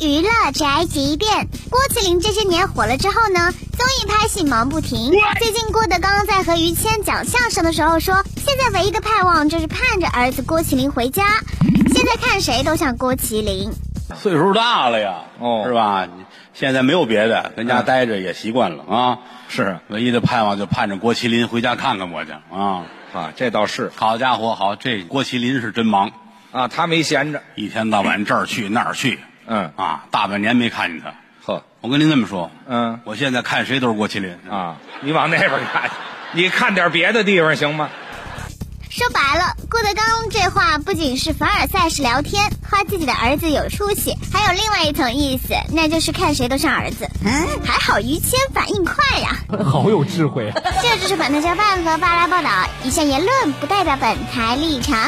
娱乐宅急便。郭麒麟这些年火了之后呢，综艺拍戏忙不停。最近郭德纲在和于谦讲相声的时候说，现在唯一的盼望就是盼着儿子郭麒麟回家。现在看谁都像郭麒麟。岁数大了呀，哦是吧？你现在没有别的，跟家待着也习惯了啊。是唯一的盼望就盼着郭麒麟回家看看我去啊！啊，这倒是好家伙，好，这郭麒麟是真忙，啊，他没闲着。一天到晚这儿去那儿去，嗯啊，大半年没看见他。呵我跟您这么说，嗯我现在看谁都是郭麒麟。啊，你往那边看，你看点别的地方行吗？说白了，郭德纲这话不仅是凡尔赛式聊天，夸自己的儿子有出息，还有另外一层意思，那就是看谁都像儿子。嗯，还好于谦反应快呀、好有 智慧啊。这就是本台小范和巴拉报道，以上言论不代表本台立场。